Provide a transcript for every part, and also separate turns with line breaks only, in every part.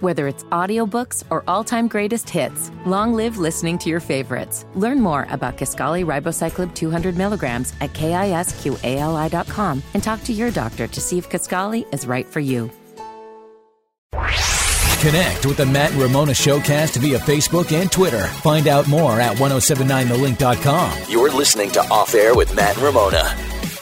Whether it's audiobooks or all-time greatest hits, long live listening to your favorites. Learn more about Kaskali Ribocyclib 200 milligrams at kisqali.com and talk to your doctor to see if Kaskali is right for you.
Connect with the Matt and Ramona Showcast via Facebook and Twitter. Find out more at 1079thelink.com.
You're listening to Off Air with Matt and Ramona.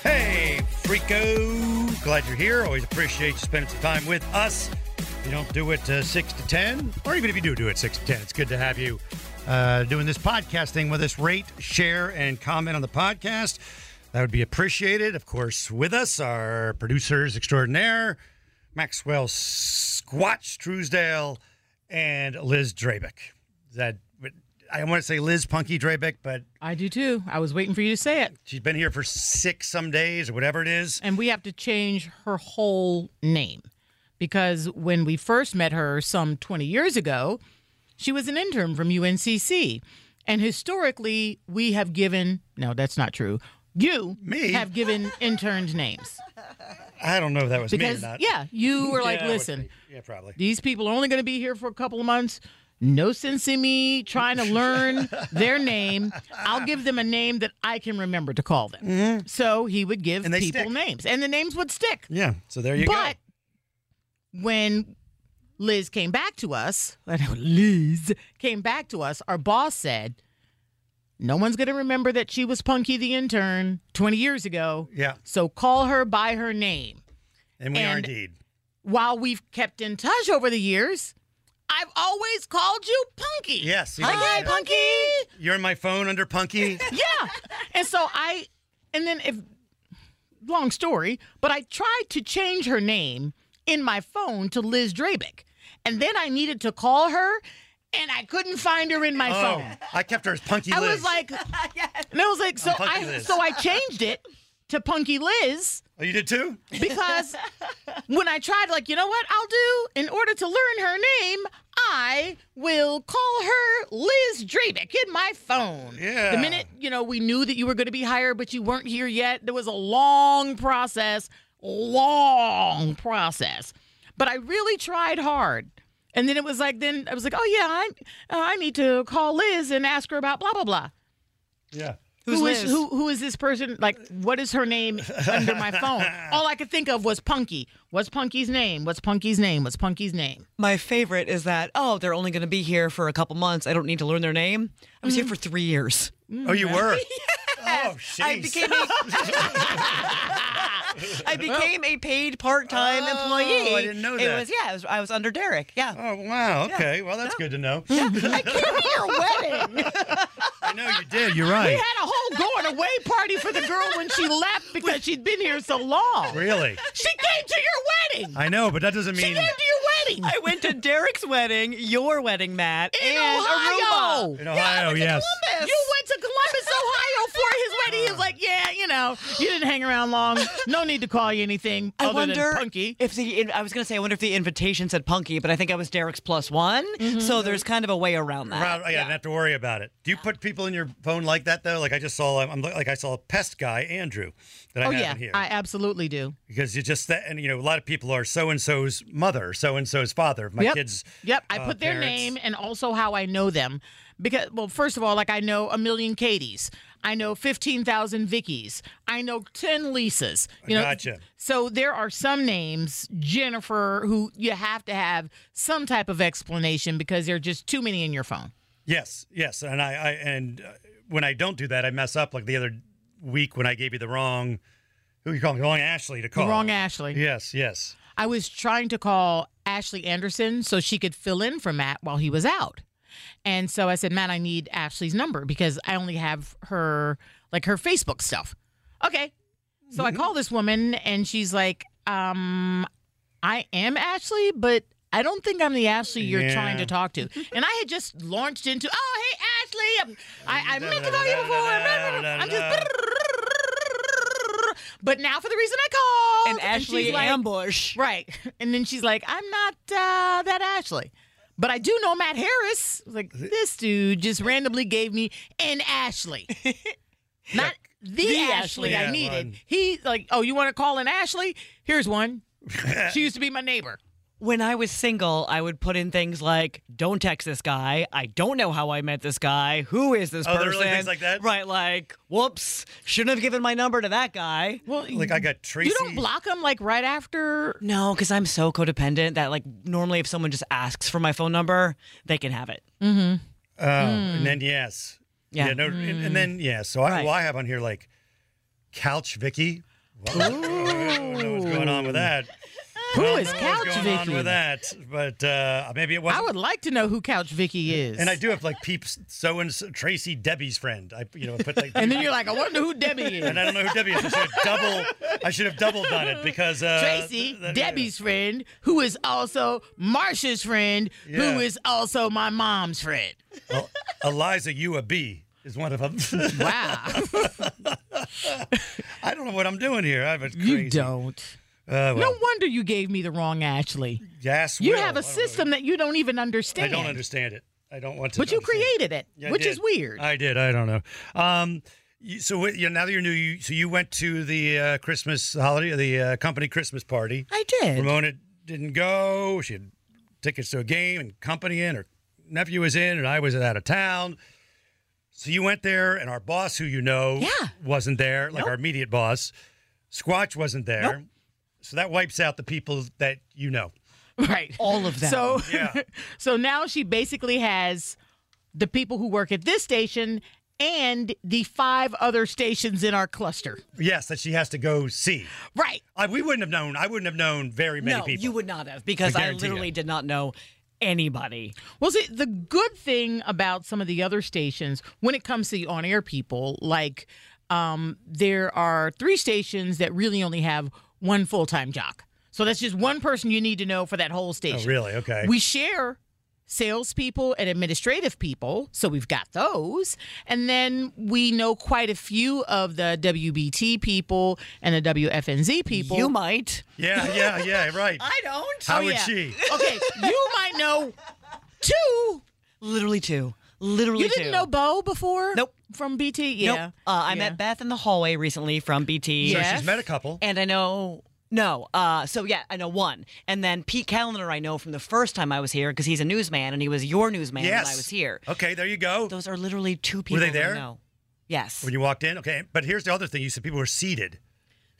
Hey, Freako. Glad you're here. Always appreciate you spending some time with us. If you don't do it uh, 6 to 10, or even if you do do it 6 to 10, it's good to have you uh, doing this podcast thing with us. Rate, share, and comment on the podcast. That would be appreciated. Of course, with us, our producers extraordinaire, Maxwell Squatch Truesdale and Liz Drabeck. Is That I want to say Liz Punky Drabeck, but
I do too. I was waiting for you to say it.
she's been here for six some days or whatever it is.
And we have to change her whole name because when we first met her some 20 years ago, she was an intern from UNCC. And historically, we have given no, that's not true. You
Me?
have given interns names
I don't know if that was
because
me or not.
yeah, you were like,
Yeah, it would
listen,
be. Yeah, probably.
these people are only going to be here for a couple of months. No sense in me trying to learn their name. I'll give them a name that I can remember to call them. So he would give
Mm-hmm. And they
people
stick.
names, and the names would stick.
Yeah. So there you
but when Liz came back to us, Liz came back to us, our boss said, No one's going to remember that she was Punky the intern 20 years ago.
go. Yeah.
So call her by her name
And we are
and-
indeed.
while we've kept in touch over the years, I've always called you Punky.
Yes, you
Like,
know,
hey,
yeah.
Punky.
You're in my phone under Punky.
Yeah. And so I, and then if, long story, but I tried to change her name in my phone to Liz Drabeck. And then I needed to call her and I couldn't find her in my
oh,
phone.
I kept her as Punky
I
Liz.
was like, and I was like, so
Punky
I,
Liz.
so I changed it to Punky Liz
oh, you did too?
because when I tried, like, you know what I'll do in order to learn her name, I will call her Liz Drabeck in my phone.
Yeah.
The minute, you know, we knew that you were going to be hired, but you weren't here yet, there was a long process, long process. But I really tried hard. And then it was like, then I was like, oh, yeah, I, uh, I need to call Liz and ask her about blah, blah, blah.
Yeah.
Who is who? Who is this person? Like, what is her name under my phone? All I could think of was Punky. What's Punky's name? What's Punky's name? What's Punky's name?
My favorite is that, oh, they're only going to be here for a couple months. I don't need to learn their name. I was here for three years.
Mm-hmm.
Oh, you were. Oh, shit.
I became a, I became a paid part time
Oh,
employee.
I didn't know
It
that.
was, yeah, it was, I was under Derek. Yeah.
Oh, wow. Okay. Well, that's good to know.
I came to your wedding.
I know you did. You're
We
right.
had a whole going away party for the girl when she left because she'd been here so long.
Really?
She came to your wedding.
I know, but that doesn't
She
mean.
came to your wedding
I went to Derek's wedding, your wedding, Matt,
in
and Aruba.
Ohio.
In Ohio, yes.
You went to Columbus, Ohio for his wedding. He was like, yeah, you know, you didn't hang around long. No need to call you anything
I
other
wonder
than Punky.
if the I was going to say I wonder if the invitation said Punky, but I think I was Derek's plus one, so there's kind of a way Mm-hmm. around that.
Proud- yeah, I didn't have to worry about it. Do you put people in your phone like that though? Like I just saw, I'm like I saw a pest guy Andrew that I
Oh
have
yeah,
in here
I absolutely do.
because you just that and you know a lot of people are so and so's mother, so and so's father. If My
yep.
kids.
Yep, I
uh,
put their
parents-
name and also how I know them because well, first of all, like I know a million Katie's, I know fifteen thousand Vickies, I know ten Lisas. You know,
Gotcha.
So there are some names, Jennifer, who you have to have some type of explanation because there are just too many in your phone.
Yes, yes, and I, I and uh, when I don't do that, I mess up. Like the other week when I gave you the wrong, who you calling? The wrong Ashley to
The
call.
Wrong Ashley.
Yes, yes.
I was trying to call Ashley Anderson so she could fill in for Matt while he was out. And so I said, Matt, I need Ashley's number because I only have her, like her Facebook stuff. Okay. So I call this woman and she's like, um, I am Ashley, but I don't think I'm the Ashley you're
Yeah.
trying to talk to. And I had just launched into, oh, hey, Ashley. I'm, I, I meant to call you before. I'm just, but now for the reason I called.
and Ashley
she's like,
ambush.
Right. And then she's like, I'm not uh, that Ashley. But I do know Matt Harris. I was like, this dude just randomly gave me an Ashley. not the, Ashley,
Ashley.
Yeah,
I needed.
one.
He like, oh, you want to call an Ashley? Here's one. she used to be my neighbor.
when I was single, I would put in things like, "Don't text this guy. I don't know how I met this guy. Who is this
Oh, there
person?"
are really things like that?
right? Like, whoops, shouldn't have given my number to that guy.
Well,
Like I got Tracy. uh,
you don't block them like right after.
No, because I'm so codependent that like normally if someone just asks for my phone number, they can have it.
hmm.
Oh, and then yes.
Yeah.
no, and, and then yeah. So I,
Right.
well, I have on here like Couch Vicky. Well, I don't know what's going on with that.
Who
I don't
is
know
Couch
what's going on
Vicky?
with that? But uh, maybe it
I
wasn't.
would like to know who Couch Vicky is.
and I do have like peeps. So and so, Tracy Debbie's friend. I you know put like.
And then you're like, I wonder who Debbie is.
and I don't know who Debbie is. I should have double. I should have double done it because uh,
Tracy,
th- th-
Debbie's friend, who is also Marsha's friend,
Yeah.
who is also my mom's friend.
Well, Eliza, you a B is one of them.
Wow.
I don't know what I'm doing here. I have a crazy.
you don't.
Uh, well,
No wonder you gave me the wrong Ashley.
yes,
You
Will.
have
I
a
don't know.
system that you don't even understand.
I don't understand it. I don't want to.
But you
understand it.
created it,
Yeah, I
which
did.
is weird.
I did. I don't know. Um, you, so what- you know, now that you're new, you, so you went to the uh, Christmas holiday, the uh, company Christmas party.
I did.
Ramona didn't go. She had tickets to a game and company in. Her nephew was in, and I was out of town. So you went there, and our boss, who you know,
Yeah.
wasn't there. Like our immediate boss, Squatch wasn't there. So that wipes out the people that you know.
Right. All of
them.
So,
Yeah.
so now she basically has the people who work at this station and the five other stations in our cluster.
Yes, that she has to go see.
Right.
I, we wouldn't have known. I wouldn't have known very many
no,
people.
you would not have because
I
I,
guarantee you.
literally did not know anybody.
Well, see, the good thing about some of the other stations when it comes to the on air people, like um, there are three stations that really only have one full time jock. So that's just one person you need to know for that whole station.
Oh, really? Okay.
We share salespeople and administrative people, so we've got those. And then we know quite a few of the WBT people and the WFNZ people. Oh,
You might.
yeah, yeah, yeah. Right.
don't.
How would
yeah.
she?
Oh,
Okay, you might know two.
Literally two. Literally
You didn't
two.
know Bo before?
Nope.
From BT?
Nope.
Yeah.
Uh, I
Yeah.
met Beth in the hallway recently from BT.
Yeah.
So she's met a couple.
And I know no. Uh, so yeah, I know one. And then Pete Callender I know from the first time I was here because he's a newsman and he was your newsman
yes.
when I was here.
Okay, there you go.
Those are literally two people.
they
that I
there?
know. Yes.
When you walked in, okay. But here's the other thing: you said people were seated.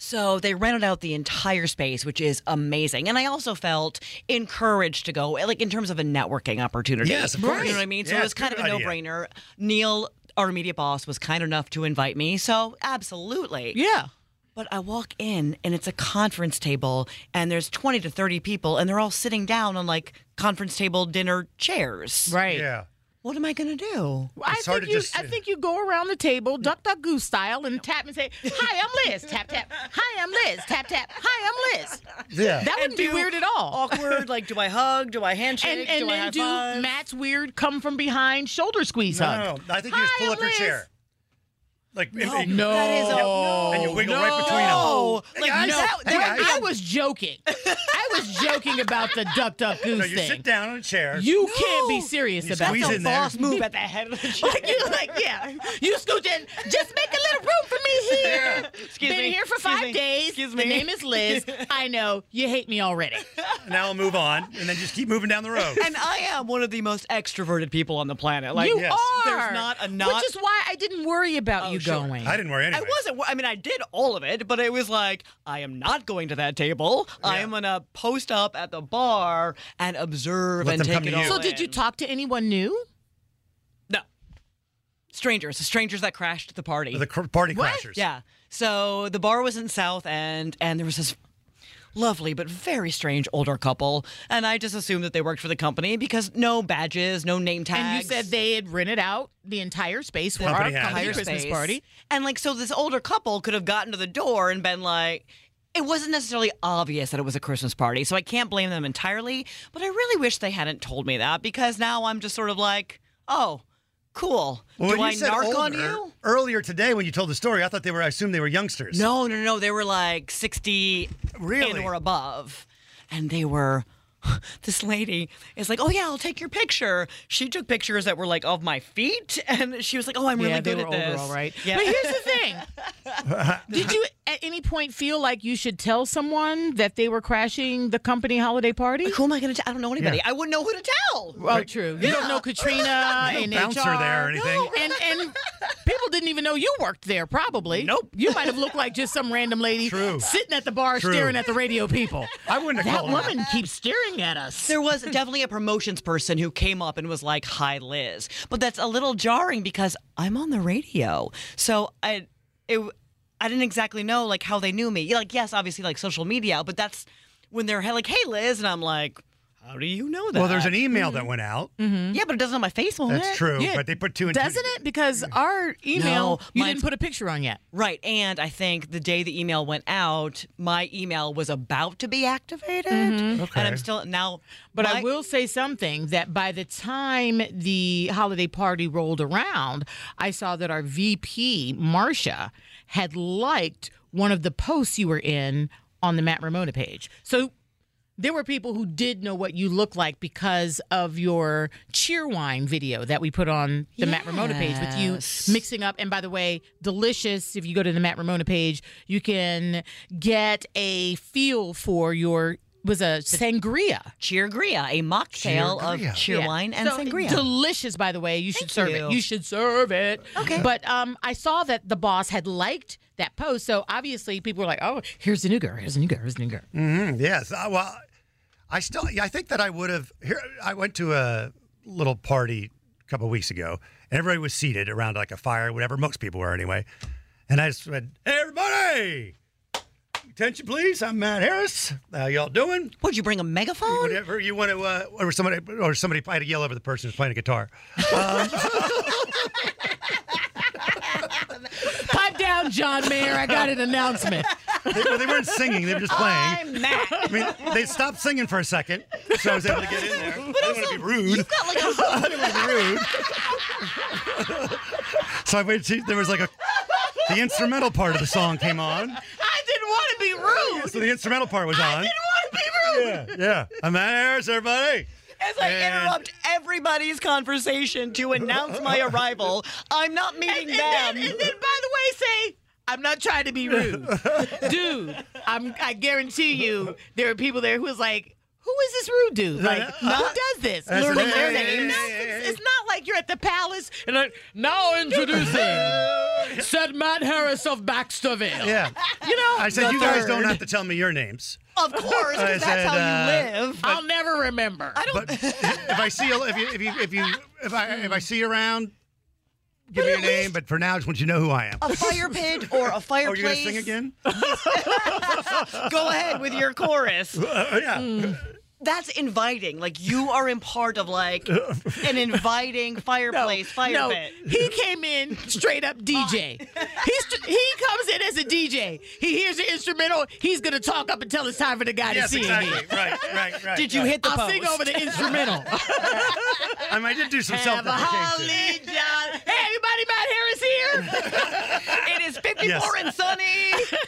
So they rented out the entire space, which is amazing. And I also felt encouraged to go, like in terms of a networking opportunity.
Yes, of course.
You know what I mean? So
Yeah,
it was kind of
good
a
idea.
no-brainer. Neil, our immediate boss, was kind enough to invite me. So absolutely.
Yeah.
But I walk in and it's a conference table and there's 20 to 30 people and they're all sitting down on like conference table dinner chairs.
Right.
Yeah.
What am I going to do?
Well, I
It's hard
think
to
you.
just-
I think you go around the table, duck, duck, goose style, and tap and say, "Hi, I'm Liz." tap, tap. Hi, I'm Liz. Tap, tap. Hi, I'm Liz.
Yeah.
That wouldn't be
do
weird at all.
Awkward, like do I hug? Do I handshake?
and and
do I
then
high
do
five?
Matt's weird come from behind shoulder squeeze
no,
hug.
no, no. I think you just
Hi,
pull up your
Liz.
chair. Like no,
No.
That is a no.
And you wiggle right between 'em.
No.
Hey,
Like
guys.
no.
That-
Hey,
that-
guys.
I was joking. I was joking about the duck, duck, goose
No, you
thing.
sit down on a chair.
You can't be serious
You
about
squeeze
that.
in there.
boss move at the head of the chair.
Like you like yeah. You scooch in. Just make a little room for me here.
Excuse
Been
me.
here for
Excuse
five
me.
days.
Excuse
The
me.
name is Liz. I know you hate me already.
Now I'll move on, and then just keep moving down the road.
And I am one of the most extroverted people on the planet. Like
you
yes.
are.
There's not a not- Oh,
Which is why I didn't worry about you
sure.
going.
I didn't worry anyway.
I wasn't. wor- I mean, I did all of it, but it was like I am not going to that table. I
Yeah.
am gonna post up at the bar and observe
Let
and
them
take
come
it
to
all
you.
so did you
in.
talk to anyone new?
No. Strangers, the strangers that crashed the party.
The cr- party
What?
crashers.
Yeah. So the bar was in South End, and there was this lovely but very strange older couple, and I just assumed that they worked for the company because no badges, no name tags.
And you said they had rented out the entire space for
Company
our
house.
company
Entire
Christmas party.
And like, so this older couple could have gotten to the door and been like, it wasn't necessarily obvious that it was a Christmas party, so I can't blame them entirely. But I really wish they hadn't told me that because now I'm just sort of like, oh, cool.
Well,
Do
when
I
you said
narc on
older,
you?
Earlier today, when you told the story, I thought they were. I assumed they were youngsters.
No, no, no. They were like 60
Really?
and or above. And they were this lady is like, "Oh yeah, I'll take your picture." She took pictures that were like of my feet, and she was like, "Oh, I'm really
yeah, they
good
were
at
older,
this."
all right.
Yeah.
But here's the thing: Did you at any point feel like you should tell someone that they were crashing the company holiday party?
Who am I gonna? T- I don't know anybody.
Yeah.
I wouldn't know who to tell.
Oh, true. You don't know Katrina and
bouncer
HR.
there or anything.
No, and and people didn't even know you worked there. Probably.
Nope.
You might have looked like just some random lady
True.
sitting at the bar
True.
staring at the radio people.
I wouldn't have
That
called her.
woman keeps staring at us.
There was definitely a promotions person who came up and was like, "Hi, Liz," but that's a little jarring because I'm on the radio, so I, it, I didn't exactly know like how they knew me. Yeah, Like, yes, obviously like social media, but that's when they're like, "Hey, Liz," and I'm like, "How do you know that?"
Well, there's an email that went out.
yeah, but it doesn't have my face on it.
That's true,
Mm-hmm. Yeah.
but they put two and
Doesn't
two.
it? Because our email,
No,
you
mine-
didn't put a picture on yet.
Right. And I think the day the email went out, my email was about to be activated. And
Mm-hmm. Okay.
I'm still now.
But I
my-
will say something that by the time the holiday party rolled around, I saw that our VP, Marcia, had liked one of the posts you were in on the Matt Ramona page. So there were people who did know what you look like because of your Cheerwine video that we put on the Matt Ramona page with you
Yes.
mixing up. And by the way, delicious. If you go to the Matt Ramona page, you can get a feel for your was a sangria.
Cheergria, a mocktail
Cheergria.
of cheer
Yeah.
wine and
So,
sangria.
Delicious, by the way. You should serve
you.
it. You should serve it.
Okay.
But um, I saw that the boss had liked that post, so obviously people were like, "Oh, here's the new girl. Here's the new girl. Here's the new girl."
Yes. Uh, well, I still, yeah, I think that I would have. Here, I went to a little party a couple of weeks ago, and everybody was seated around like a fire, whatever. Most people were anyway. And I just went, "Hey, everybody, attention, please. I'm Matt Harris. How y'all doing?
Would you bring a megaphone?
Whatever you want to, uh, or somebody, or somebody probably had to yell over the person who's playing a guitar.
Pipe down, John Mayer. I got an announcement.
They, well, they weren't singing; they were just playing.
I'm Matt.
I mean, they stopped singing for a second, so I was able to get in there. I didn't want to be rude.
You've got like a whole
I didn't want to be rude. so I waited. Till, there was like a the instrumental part of the song came on.
I didn't want to be rude.
So the instrumental part was on.
want to be rude.
Yeah, yeah. I'm Matt Harris, everybody.
As I
And-
interrupt everybody's conversation to announce my arrival, I'm not meeting
And
them.
then, and then, by the way, say. I'm not trying to be rude, dude. I'm, I guarantee you, there are people there who is like, "Who is this rude dude? Like, who does this?
That's
Learning
right.
their names. It's, it's not like you're at the palace and like, now introducing said Matt Harris of Baxterville.
Yeah.
you know.
I said
the
you guys
third.
don't have to tell me your names.
Of course,
I
'cause that's
said,
how you
uh,
live.
I'll never remember. I
But if I see a- if you if you if you if I if I see you around, give me your name. But for now, I just want you to know who I am.
A fire pit or a
Oh,
fireplace.
you're gonna sing again? Uh,
Go ahead with your chorus.
yeah.
Hmm. that's inviting. Like you are in part of like an inviting fireplace, fire
no,
pit.
he came in straight up DJ. He's he comes in as a DJ. He hears the instrumental. He's gonna talk up until it's time for the guy
Yes,
to sing.
exactly. Right, right, right.
Did you
right.
hit the
I'll
post?
sing over the instrumental.
I mean, I did do some
Have a
self-deprecation.
holly jolly. Hey, everybody, Matt Harris here.
It is 54
Yes.
and sunny.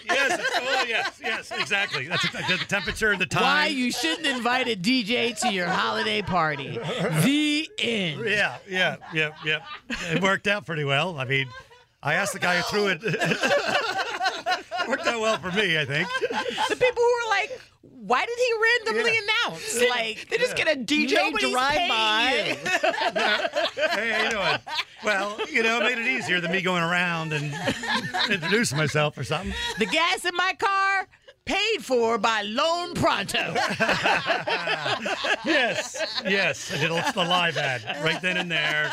yes, it's- oh, yes, yes, exactly. That's the the temperature and the time.
Why you shouldn't invite a DJ to your holiday party. The end.
Yeah, yeah, yeah, yeah. It worked out pretty well. I mean, I asked the guy who threw it. it worked out well for me, I think.
The people who were like, why did he randomly
Yeah.
announce? Like,
They just get a DJ
nobody's
drive
paying
by.
you.
Hey, how you doing? Well, you know, it made it easier than me going around and introducing myself or something.
The gas in my car paid for by Lone Pronto.
Yes, yes. I did a, the live ad right then and there.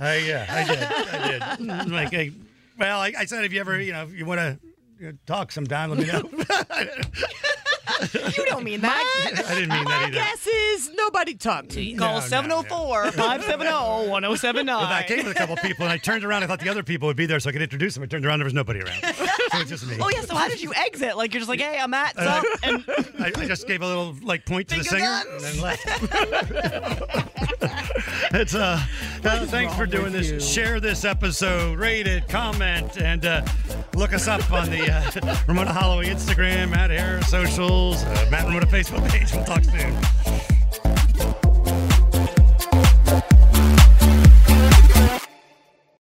I, yeah, I did. I did. Like, I, well, I, I said if you ever, you know, if you want to you know, talk sometime, let me know.
You don't mean that.
I didn't mean that
My
either.
guess is nobody talked to you.
no,
Call
no.
704 570
But I
1079.
came with a couple people, and I turned around. I thought the other people would be there, so I could introduce them. I turned around, there was nobody around. So it's just me.
Oh, yeah. So, how did you exit? Like, you're just like, hey, I'm at.
I,
Stop. And
I, I just gave a little like point to the
Finger
singer and
guns.
then left. it's uh, uh, thanks for doing this. Share this episode, rate it, comment, and uh, look us up on the uh, Ramona Holloway Instagram, Matt Harris socials, uh, Matt Ramona Facebook page. We'll talk soon.